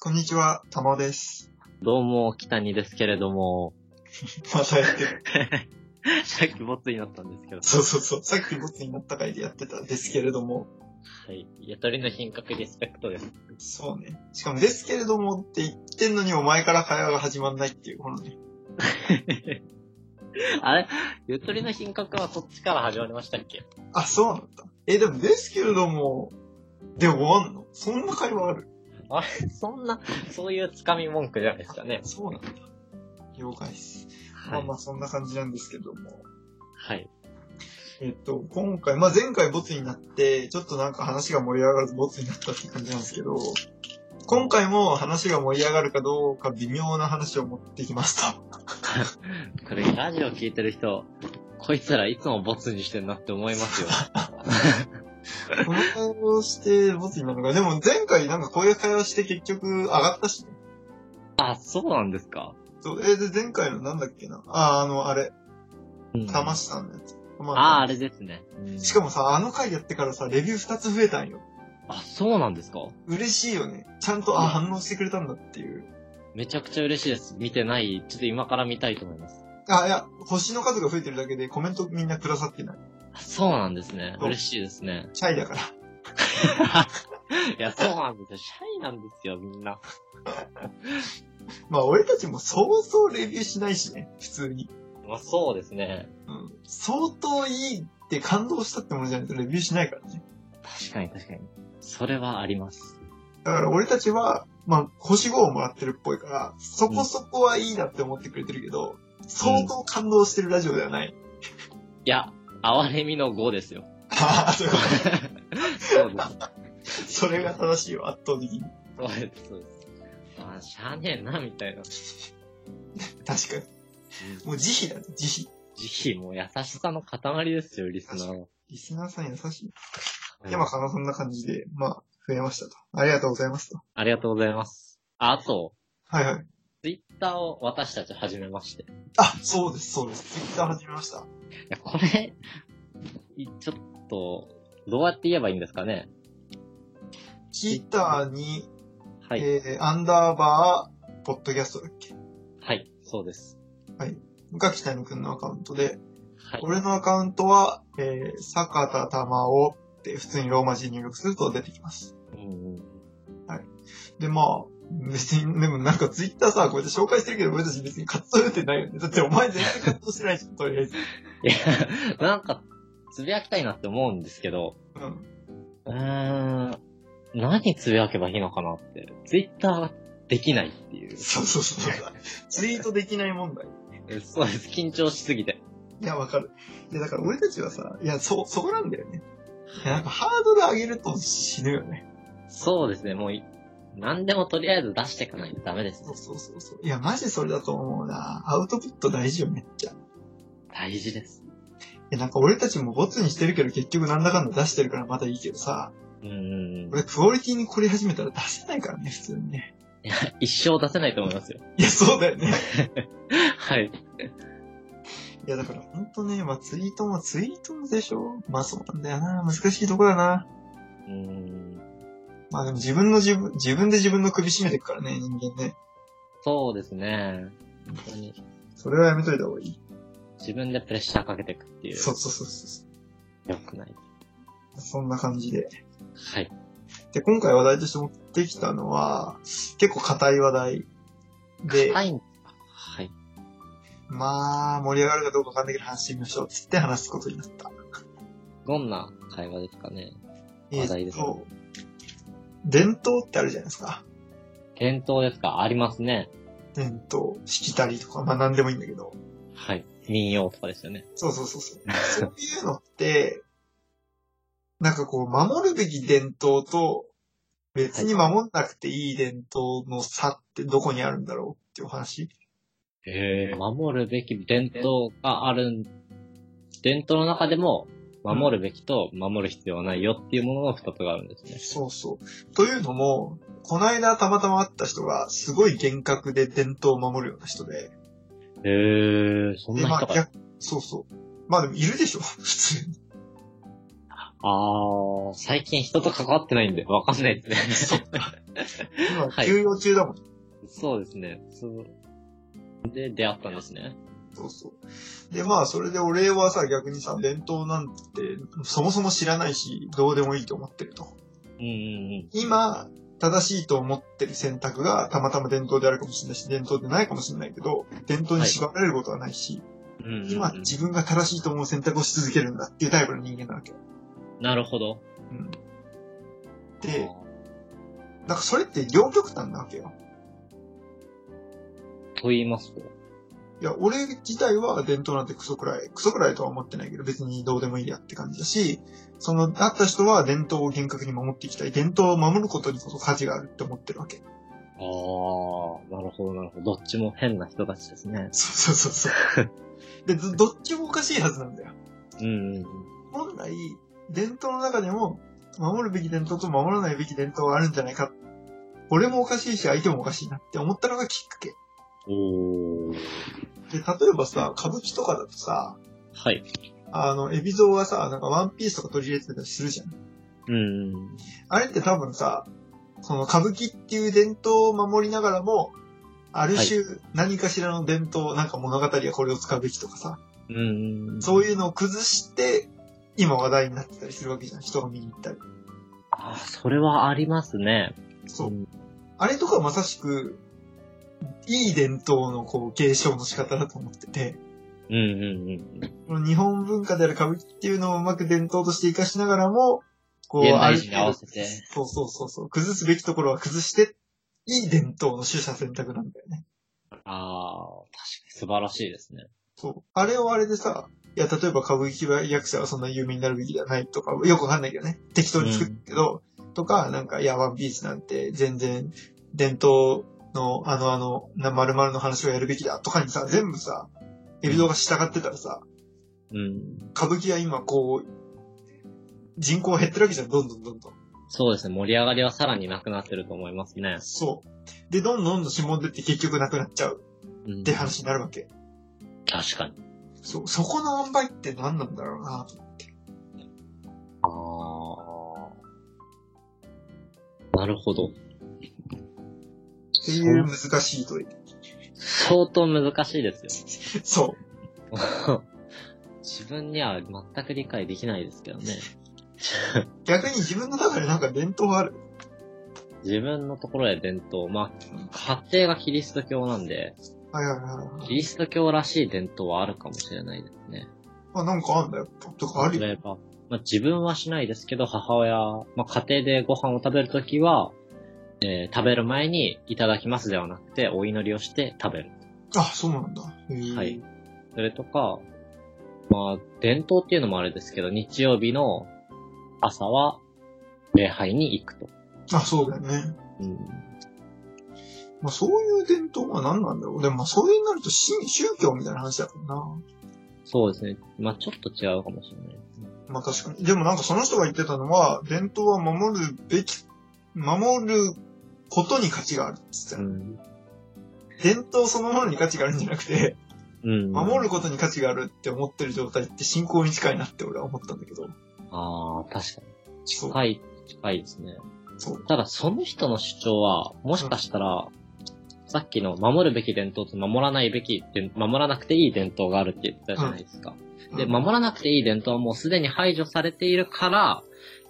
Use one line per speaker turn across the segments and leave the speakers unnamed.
こんにちは、たまです。
どうも、北にですけれども、
またやってる。
さっきボツになったんですけど、
そうそうそう。さっきボツになった回でやってたんですけれども。
はい。ゆとりの品格リスペクトです。
そうね。しかもですけれどもって言ってんのにお前から会話が始まんないっていう、このね。
あれゆとりの品格はそっちから始まりましたっけ
あ、そうなんだ。え、でもですけれども、で終わんのそんな会話ある
そんな、そういうつかみ文句じゃないですかね。
そうなんだ。了解です。ま
は
あ
い。
まあそんな感じなんですけども。
はい。
えっと、今回、まあ前回ボツになって、ちょっとなんか話が盛り上がらずボツになったって感じなんですけど、今回も話が盛り上がるかどうか微妙な話を持ってきま した。
これ、ラジオ聞いてる人、こいつらいつもボツにしてんなって思います よ。
この会話をしてボツになるのか。でも前回なんかこういう会話して結局上がったしね。
あ、そうなんですか
そう、えーで前回のなんだっけな。あー、あの、あれ、
うん。
たましさんのやつ。ま
あ、あれですね。うん
しかもさ、あの回やってからさ、レビュー2つ増えたんよ。
あ、そうなんですか
嬉しいよね。ちゃんと、あ、反応してくれたんだっていう。
めちゃくちゃ嬉しいです。見てない。ちょっと今から見たいと思います。
あ、いや、星の数が増えてるだけでコメントみんなくださってない。
あそうなんですね。
そう
嬉しいですね。
シャイだから。
いや、そうなんですよ。シャイなんですよ、みんな。
まあ俺たちもそうそうレビューしないしね、普通に。
まあ、そうですね。
うん。相当いいって感動したってものじゃないとレビューしないからね。
確かに確かに。それはあります。
だから俺たちは、まあ、星5をもらってるっぽいから、そこそこはいいなって思ってくれてるけど、相当感動してるラジオではない。
いや、哀れみの5です よ。
ああ、そういうこ
そうです。
と それが正しいよ、圧倒的に。
そうです、そうです。まあ、しゃあねえな、みたいな。
確かに。もう慈悲だね、慈悲。
慈悲も優しさの塊ですよ、リスナーは。
リスナーさん優しい。
うん
で、まあ、かなそんな感じで、まあ、増えましたと。ありがとうございますと。
ありがとうございます。ああと、
はいはい。
ツイッターを私たち始めまして。い
あ、そうです、そうです。ツイッター始めました。
や、これ、いちょっと、どうやって言えばいいんですかね
ツイッターに、
はい。
えー、アンダーバー、ポッドキャストだっけ
はい、そうです。
が北野くんのアカウントで、
はい。
俺のアカウントは、えー、坂田玉をって普通にローマ字に入力すると出てきます。
うんうん
で、まあ、別に、でもなんかツイッターさ、こうやって紹介してるけど、俺たち別に活動ってないよね。だってお前全然活動してないじゃん、とりあえず。
いや、なんか、つぶやきたいなって思うんですけど、
うん。
うーん、何つぶやけばいいのかなって。ツイッターができないっていう。
そうそうそう。ツイートできない問題。
えそうです。緊張しすぎて。
いや、わかる。いや、だから俺たちはさ、いや、そ、そこなんだよね。いや、なんかハードル上げると死ぬよね。
そうですね、もうい、何でもとりあえず出していかないとダメです
そ
ね
う。そうそうそう。いや、マジそれだと思うな。アウトプット大事よ、めっちゃ。い
大事です。
や、なんか俺たちもボツにしてるけど、結局なんだかんだ出してるからまだいいけどさ、
うんうんうん。
俺、クオリティに凝り始めたら出せないからね、普通にね。
一生出せないと思いますよ。
いや、そうだよね。
はい。
いや、だから、ほんとね、まあ、ツイートもツイートもでしょ。まあ、そうなんだよな。難しいとこだな。
うーん。
まあ、でも自分の自分、自分で自分の首絞めてくからね、人間ね。
そうですね。本当に。
それはやめといた方がいい。
自分でプレッシャーかけていくっていう。
そうそうそうそ
良くない。
う。そんな感じで。
はい。
で、今回話題として持ってきたのは、結構硬い話題。で、
はい。はい。
まあ、盛り上がるかどうかわかんないけど話してみましょう。つって話すことになった。
どんな会話ですかね話題ですね
えーっと伝統ってあるじゃないですか。
伝統ですかありますね。
伝統、しきたりとか、まあ何でもいいんだけど。
はい。民謡とかですよね。
そうそうそう そう。そういうのって、なんかこう、守るべき伝統と、別に守んなくていい伝統の差ってどこにあるんだろうっていうお話
へ守るべき伝統があるん、伝統の中でも、守るべきと守る必要はないよっていうものの二つがあるんですね。
そうそう。というのも、この間たまたま会った人が、すごい厳格で伝統を守るような人で。
へえ、そん
で、
な
まあ
人、が。
逆そうそう。まあでもいるでしょ、 普通に。
あー、最近人と関わってないんで、わかんないですね。
今、
はい
休養中だもん。
そうですね。そう。で、出会ったんですね。
そうそう。で、まあ、それで俺はさ、逆にさ、伝統なんて、そもそも知らないし、どうでもいいと思ってると。
うんうん
今、正しいと思ってる選択が、たまたま伝統であるかもしれないし、伝統でないかもしれないけど、伝統に縛られることはないし、
うん。うんうんうん
今、自分が正しいと思う選択をし続けるんだっていうタイプの人間なわけ。
なるほど。
うん。で、なんかそれって両極端なわけよ。
と言いますと。
いや、俺自体は伝統なんてクソくらい、クソくらいとは思ってないけど、別にどうでもいいやって感じだし、その、なった人は伝統を厳格に守っていきたい。伝統を守ることにこそ価値があるって思ってるわけ。
ああ、なるほど、なるほど。どっちも変な人たちですね。
そうそうそうそう。で、ずどっちもおかしいはずなんだよ。
うんうん
本来、伝統の中でも、守るべき伝統と守らないべき伝統があるんじゃないか。俺もおかしいし、相手もおかしいなって思ったのがきっかけ。
うん。おー。
で、例えばさ、歌舞伎とかだとさ、
はい。
あの、エビゾウはさ、なんかワンピースとか取り入れてたりするじゃん。
うんうん。
あれって多分さ、その歌舞伎っていう伝統を守りながらも、ある種何かしらの伝統、なんか物語はこれを使うべきとかさ、
うんうん。
そう
う。
いうのを崩して、今話題になってたりするわけじゃん。人が見に行ったり。
ああ、それはありますね。
そう。
ん
あれとかまさしく、いい伝統のこう継承の仕方だと思ってて、
うんうんうん。
この日本文化である歌舞伎っていうのをうまく伝統として活かしながらも、こう、
現
あ
代
る
人に合わせて
そうそうそうそう、崩すべきところは崩して、いい伝統の取捨選択なんだよね。
ああ、確かに素晴らしいですね。
そう。あれをあれでさ、いや、例えば歌舞伎は役者はそんな有名になるべきではないとか、よくわかんないけどね。適当に作るけど、とか、なんか、いや、ワンピースなんて全然伝統のあのあの、な〇〇の話をやるべきだとかにさ、全部さ、エビドが従ってたらさ、
うん。
歌舞伎は今こう、人口減ってるわけじゃん、どんどんどんどん。
そうですね。盛り上がりはさらになくなってると思いますね。
そう。で、どんどんどんどん指紋出て結局なくなっちゃう
うん
って話になるわけ。
確かに。
そう、そこの塩梅って何なんだろうなと。
ああ。なるほど。
っていう難しい問い。
相当難しいですよ。
そう。
自分には全く理解できないですけどね。
逆に自分の中でなんか伝統がある。
自分のところで伝統、まあ、家庭がキリスト教なんで、
はいはいはいはい。
キリスト教らしい伝統はあるかもしれないですね。
あ、なんかあんだよ。とかあるよ。
例えば、まあ、自分はしないですけど、母親、まあ、家庭でご飯を食べるときは、えー食べる前にいただきますではなくて、お祈りをして食べる。
あ、そうなんだ。へー
はい。それとか、まあ、伝統っていうのもあれですけど、日曜日の朝は礼拝に行くと。
あ、そうだよね。
うん、
まあそういう伝統は何なんだろう。でもまあそれになると神宗教みたいな話だからな。
そうですね。まあ、ちょっと違うかもしれない。
まあ確かに。でもなんかその人が言ってたのは、伝統は守るべき、守ることに価値があるって言ってた
う
よ
ん。
伝統そのものに価値があるんじゃなくて、
うん。
守ることに価値があるって思ってる状態って信仰に近いなって俺は思ったんだけど。
ああ、確かに。
そう。
近い、近いですね。
そう。
ただ、その人の主張は、もしかしたら、さっきの守るべき伝統と守らないべき伝、守らなくていい伝統があるって言ったじゃないですか。で、
うん
守らなくていい伝統はもうすでに排除されているから、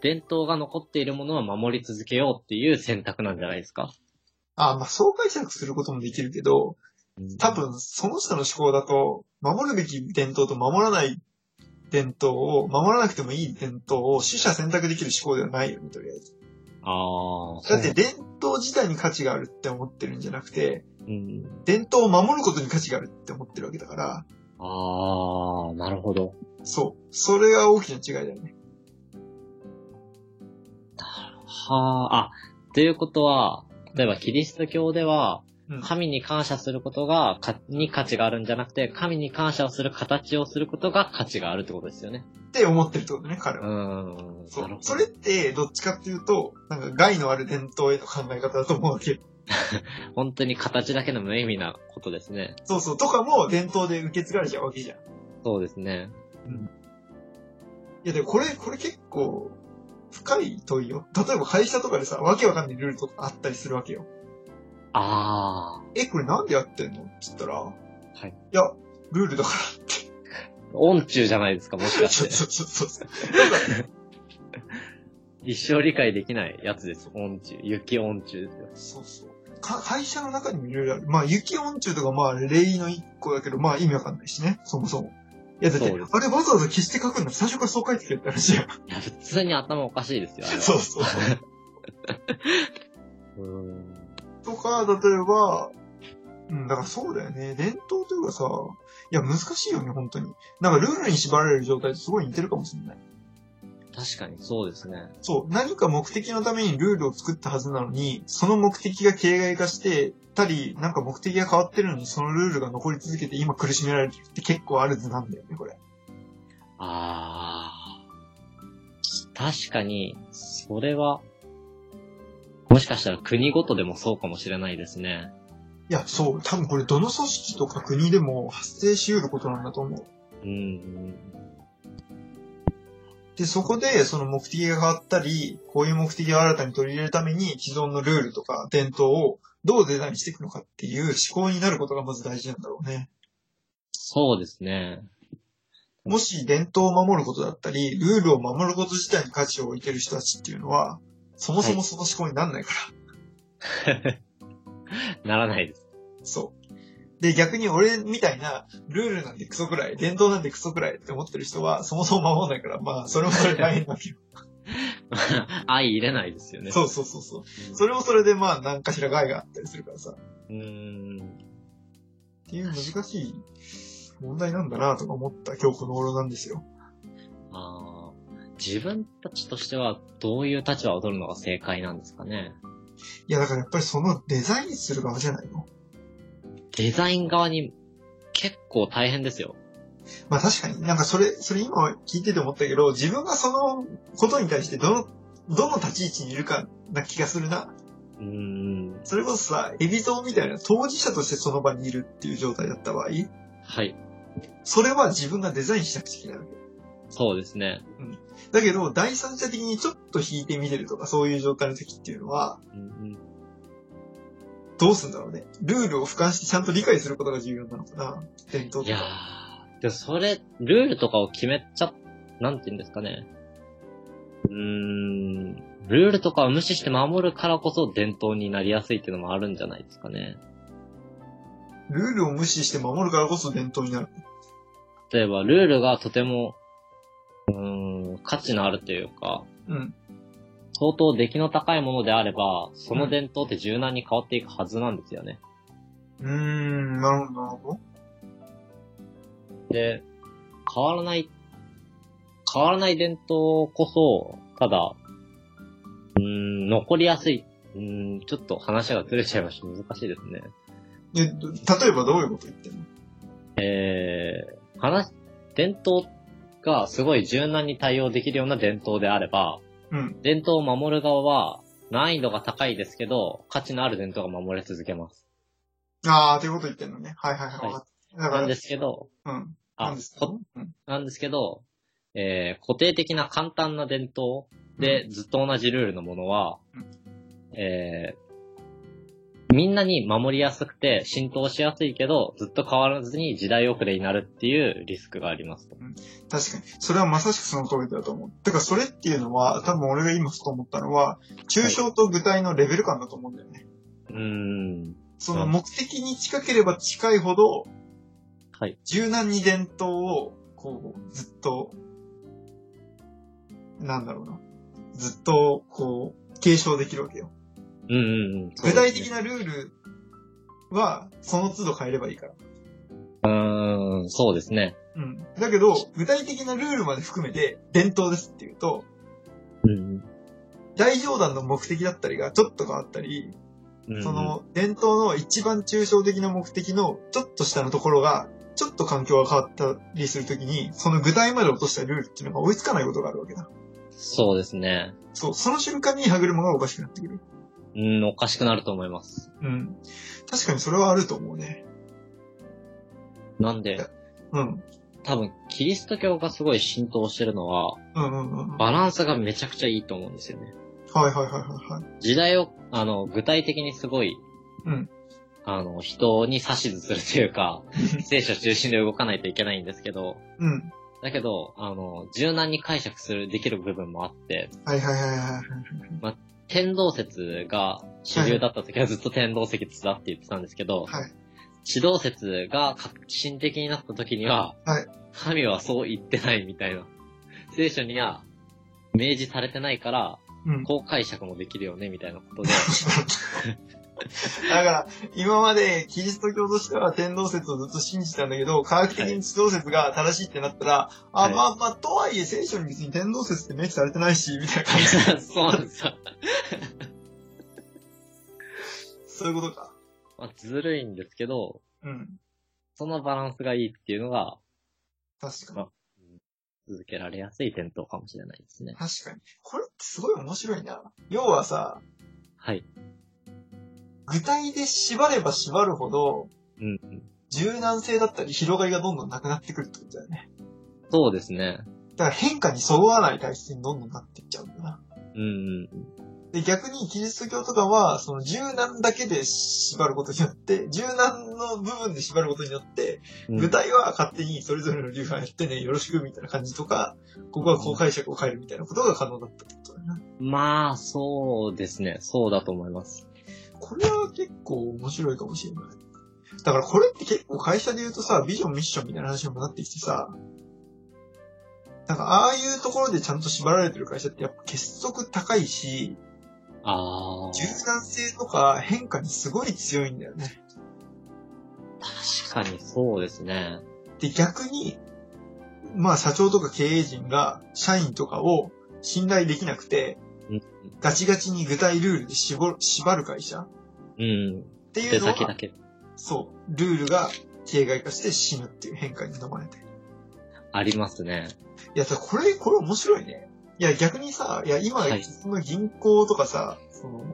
伝統が残っているものは守り続けようっていう選択なんじゃないですか。
あ、まあそう解釈することもできるけど、多分、その人の思考だと、守るべき伝統と守らない伝統を、守らなくてもいい伝統を取捨選択できる思考ではないよね、とりあえず。
ああ、
だって、伝統自体に価値があるって思ってるんじゃなくて、
うん。
伝統を守ることに価値があるって思ってるわけだから、
ああ、なるほど。
そう。それが大きな違いだよね。
はあ、あ、ということは、例えばキリスト教では、
うん。
神に感謝することが、かに価値があるんじゃなくて、神に感謝をする形をすることが価値があるってことですよね。
って思ってるってことね、彼
うー
は。
ん。
そ
な
う
るほ。ど
それって、どっちかっていうと、なんか害のある伝統への考え方だと思うわけ。
本当に形だけの無意味なことですね。
そうそう。とかも伝統で受け継がれちゃうわけじゃん。
そうですね。
いやでもこれ、これ結構、深い問いよ。例えば会社とかでさ、わけわかんないルールとかあったりするわけよ。
あ。
え、これなんでやってんのって言ったら、はいいや、ルールだから
ー、音中じゃないですか、もしか
そう
して。
そうそうそう。なんか
一生理解できないやつです、音中。雪音中です
そ
よ。
うそう。か会社の中にもいろいろある。まあ、雪音中とか、まあ、例の一個だけど、まあ、意味わかんないしね、そもそも。いや、だって、
そうです
あれわざわざ消して書くんだ。最初からそう書いてくれたらしいやん。
いや、普通に頭おかしいですよ、あれは。
そうそうそう。
うーん。
とか、例えば、うん、だからそうだよね。伝統というかさ、いや、難しいよね、本当に。なんか、ルールに縛られる状態とすごい似てるかもしれない。
確かにそうですね。
そう、何か目的のためにルールを作ったはずなのに、その目的が形骸化してたり、なんか目的が変わってるのに、そのルールが残り続けて今苦しめられてるって結構ある図なんだよね、これ。
あー。確かに、それは、もしかしたら国ごとでもそうかもしれないですね。
いや、そう、多分これどの組織とか国でも発生し得ることなんだと思う。
うん。
で、そこで、その目的が変わったり、こういう目的を新たに取り入れるために、既存のルールとか伝統をどうデザインしていくのかっていう思考になることがまず大事なんだろうね。
そうですね。
もし伝統を守ることだったり、ルールを守ること自体に価値を置いてる人たちっていうのは、そもそもその思考になんないから。
ならないです。
そう。で、逆に俺みたいな、ルールなんてクソくらい、伝統なんてクソくらいって思ってる人は、そもそも守らないから、まあ、それもそれで大変なわけよ。
愛入れないですよね。。
そううそうそうそう。それもそれでまあ何かしら害があったりするからさ。っ
うーん。
ていう難しい問題なんだなとか思った今日この頃なんですよ。
あー自分たちとしてはどういう立場を取るのが正解なんですかね。
いやだからやっぱりそのデザインする側じゃないの
デザイン側に結構大変ですよ。
まあ確かになんかそれ、それ今聞いてて思ったけど、自分がそのことに対してどの、どの立ち位置にいるかな気がするな。
うーん。
それこそさ、エビゾーみたいな当事者としてその場にいるっていう状態だった場合、
はい。
それは自分がデザインしなくちゃいけないわけ。
そうですね。
だけど、第三者的にちょっと引いてみてるとか、そういう状態の時っていうのは、
うんうん
どうすんだろうね。ルールを俯瞰してちゃんと理解することが重要なのかな。伝統
い
と
や
か。
ー、でもそれ、ルールとかを決めちゃ、なんて言うんですかね。うーん、ルールとかを無視して守るからこそ伝統になりやすいっていうのもあるんじゃないですかね。
ルールを無視して守るからこそ伝統になる。
例えば、ルールがとても、うーん、価値のあるというか、
うん。
相当出来の高いものであれば、その伝統って柔軟に変わっていくはずなんですよね。
うーん、なるほど、なるほど。
で、変わらない、変わらない伝統こそ、ただ、うーん、残りやすい。うーん、ちょっと話がずれちゃいました。難しいですね。
え、ど例えばどういうこと言ってんの
えー、話、伝統がすごい柔軟に対応できるような伝統であれば、
うん。
伝統を守る側は難易度が高いですけど、価値のある伝統が守れ続けます。
あー、ということ言ってんのね。はいはいはい。
はい
わかっただか
な
ら、
んですけど、
うん。な
あ
んです、けど
こ
うん
なんですけど、えー、固定的な簡単な伝統でずっと同じルールのものは、えー、みんなに守りやすくて浸透しやすいけど、ずっと変わらずに時代遅れになるっていうリスクがありますと。
確かに。それはまさしくその通りだと思う。だからそれっていうのは、多分俺が今ふと思ったのは、抽象と具体のレベル感だと思うんだよね。
うーん。
その目的に近ければ近いほど、
はい。
柔軟に伝統を、こう、ずっと、なんだろうな。ずっと、こう、継承できるわけよ。
うんうんうん。
具体的
な。
なルールは、その都度変えればいいから。
うーん、そうですね。
うん。だけど、具体的なルールまで含めて、伝統ですっていうと、
うん
大冗談の目的だったりがちょっと変わったり、
うん。
その、伝統の一番抽象的な目的のちょっと下のところが、ちょっと環境が変わったりするときに、その具体まで落としたルールっていうのが追いつかないことがあるわけだ。
そうですね。
そう、その瞬間に歯車がおかしくなってくる。
うん、おかしくなると思います。
うん。確かにそれはあると思うね。
なんで、
うん。
多分、キリスト教がすごい浸透してるのは、
うんうんうん。はい
バランスがめちゃくちゃいいと思うんですよね。
はいはいはいはい。
時代を、あの、具体的にすごい、
うん
あの、人に指図するとい うか、聖書中心で動かないといけないんですけど、
うん。
だけど、あの、柔軟に解釈する、できる部分もあって、
はいはいはいはい。
天動説が主流だった時はずっと天動説だって言ってたんですけど、
はい。
地動説が革新的になった時には、
はい
神はそう言ってないみたいな。聖書には明示されてないから、
うん。
こう解釈もできるよね、みたいなことで。
だから、今までキリスト教としては天動説をずっと信じてたんだけど、科学的に地動説が正しいってなったら、
は
あ、
い
まあまあ、とはいえ聖書に別に天動説って明記されてないし、みたいな感じ。
そうなんですよ。
そういうことか。
まあ、ずるいんですけど、
うん。
そのバランスがいいっていうのが
確かに。
続けられやすい点灯かもしれないですね。
確かに。これってすごい面白いな。要はさ、
はい。
具体で縛れば縛るほど、
うんうん。
柔軟性だったり広がりがどんどんなくなってくるってことだよね。
そうですね。
だから変化にそぐわない体質にどんどんなっていっちゃうんだな。
うんうんうん。
で、逆にキリスト教とかは、その柔軟だけで縛ることによって、柔軟の部分で縛ることによって、
うん
具体は勝手にそれぞれの流派やってね、よろしくみたいな感じとか、ここはこう解釈を変えるみたいなことが可能だったってことだな。
まあ、そうですね。そうだと思います。
これは結構面白いかもしれない。だからこれって結構会社で言うとさ、ビジョン、ミッションみたいな話にもなってきてさ、なんかああいうところでちゃんと縛られてる会社ってやっぱ結束高いし、
ああ。
柔軟性とか変化にすごい強いんだよね。
確かにそうですね。
で、逆に、まあ社長とか経営陣が社員とかを信頼できなくて
うん、
ガチガチに具体ルールで絞る縛る会社っ
うん。
てい
手
うのは
先、だけ。
そう、ルールが形骸化して死ぬっていう変化に飲まれて。
ありますね。
いや、さこれ、これ面白いね。いや、逆にさ、いや、今、
はい
その銀行とかさ、その、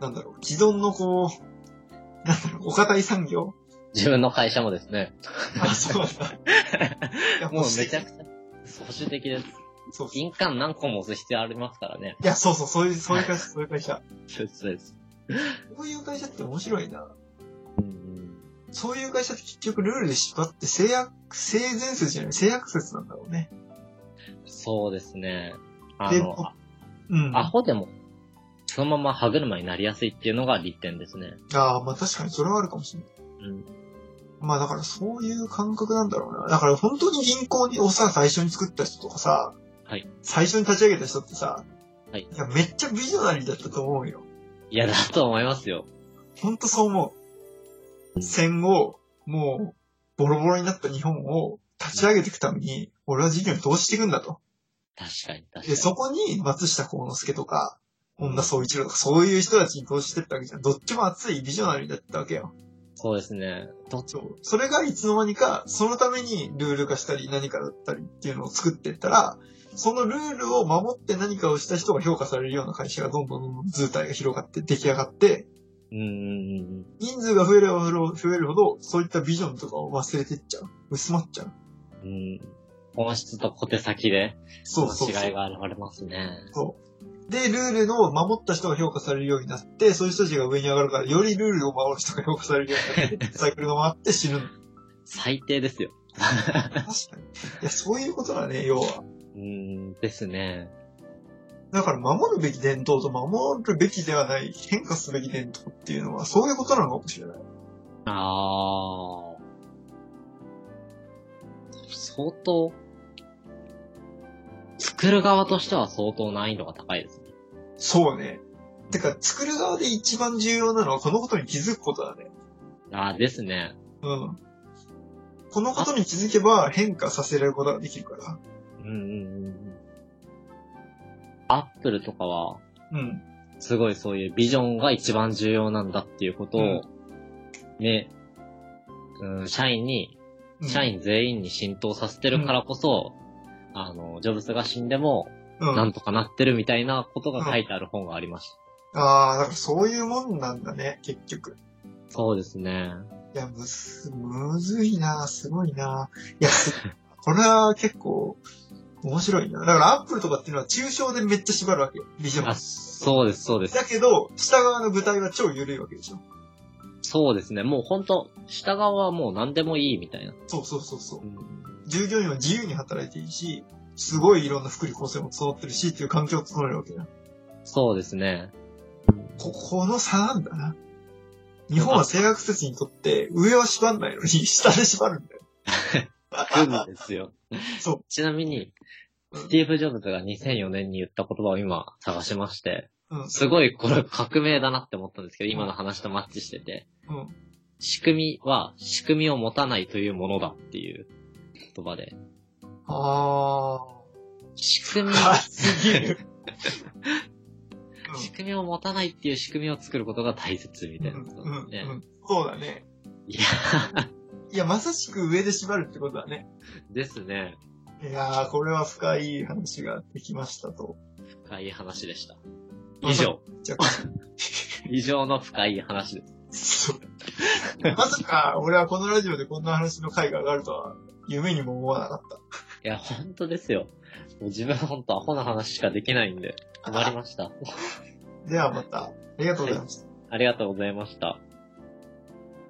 なんだろう、既存のこう、なんだろう、お堅い産業
自分の会社もですね。
あ、そうなんだ。いや、
もう
う
めちゃくちゃ保守的です。
そう。い
印鑑何個も押す必要ありますからね。
や、そうそう、そういう、そういう会社、そういう会社。
そうです。
そういう会社って面白いな。
うんうん。
そういう会社って結局ルールで縛って制約、性善説じゃない、性悪説なんだろうね。
そうですね。あ
で
の、
うん。
ア
あ
ホでも、そのまま歯車になりやすいっていうのが利点ですね。
あー、まあ確かにそれはあるかもしれない。
うん。
まあだからそういう感覚なんだろうな。だから本当に銀行をさ、最初に作った人とかさ、
はい
最初に立ち上げた人ってさ、
はい
やめっちゃビジョナリーだったと思うよ。
いや、だと思いますよ。
本当そう思う。戦後、もう、ボロボロになった日本を立ち上げていくために、俺は事業に投資していくんだと。
確かに、確か
で、
に。
そこに松下幸之助とか、本田総一郎とか、そういう人たちに投資してったわけじゃん。どっちも熱いビジョナリーだったわけよ。
そうですね。どっち
そう。それがいつの間にか、そのためにルール化したり何かだったりっていうのを作っていったら、そのルールを守って何かをした人が評価されるような会社がどんどんどんどん図体が広がって出来上がって、
うんうんうんうん。
人数が増えれば増えるほど、そういったビジョンとかを忘れてっちゃう。薄まっちゃう。
うん。本質と小手先で、
そうそうそ。
違いうが現れますね。
そう。で、ルールを守った人が評価されるようになって、そういう人たちが上に上がるから、よりルールを守る人が評価されるように なって、サイクルが回って死ぬの。
最低ですよ。
確かに。いや、そういうことだね、要は。
うん、ですね。
だから守るべき伝統と守るべきではない変化すべき伝統っていうのはそういうことなのかもしれない。
ああ。相当、作る側としては相当難易度が高いですね。
そうね。てか、作る側で一番重要なのはこのことに気づくことだね。
ああ、ですね。
うん。このことに気づけば変化させられることができるか
うんうんうんうん。アップルとかは、
ら。うん。
すごいそういうビジョンが一番重要なんだっていうことを、
うん
ね、うん、社員に、
うん
社。員全員に浸透させてるからこそ、あの、ジョブズが死んでも、
うん。
な
あ
んとかなってるみたいなことが書いてある本がありました。
あー、だからそういうもんなんだね、結局。
そうですね。
いや、むず、むずいなすごいないや、すこれは結構面白いな。だからアップルとかっていうのは抽象でめっちゃ縛るわけよ。ビジョン
あ、。そうです、そうです。
だけど、下側の具体は超緩いわけでしょ。
そうですね。もうほんと、下側はもう何でもいいみたいな。
そうそうそうそう
う。ん
従業員は自由に働いていいし、すごいいろんな福利厚生も整ってるしっていう環境を整えるわけだ。
そうですね。
ここの差なんだな。日本は性アクセスにとって上は縛んないのに下で縛るんだよ。
グムですよ。
そう。
ちなみに、スティーブ・ジョブズが2004年に言った言葉を今探しまして、
うん。
すごいこれ革命だなって思ったんですけど、今の話とマッチしてて、
うん。
仕組みは仕組みを持たないというものだっていう言葉で、
あ
仕組
ー。
み、
あ、すげえ。
仕組みを持たないっていう仕組みを作ることが大切み
う
た
ん。
いなことなんです
うんう
ね。
んそうだね。
いや
いや、まさしく上で縛るってことだね。
ですね。
いやー、これは深い話ができましたと。
深い話でした。以上。
じゃ
以上の深い話です。
そうまさか、俺はこのラジオでこんな話の回が上がるとは、夢にも思わなかった。
いや、本当ですよ。もう自分本当アホな話しかできないんで、困りました。
ではまた、ありがとうございました。
ありがとうございました。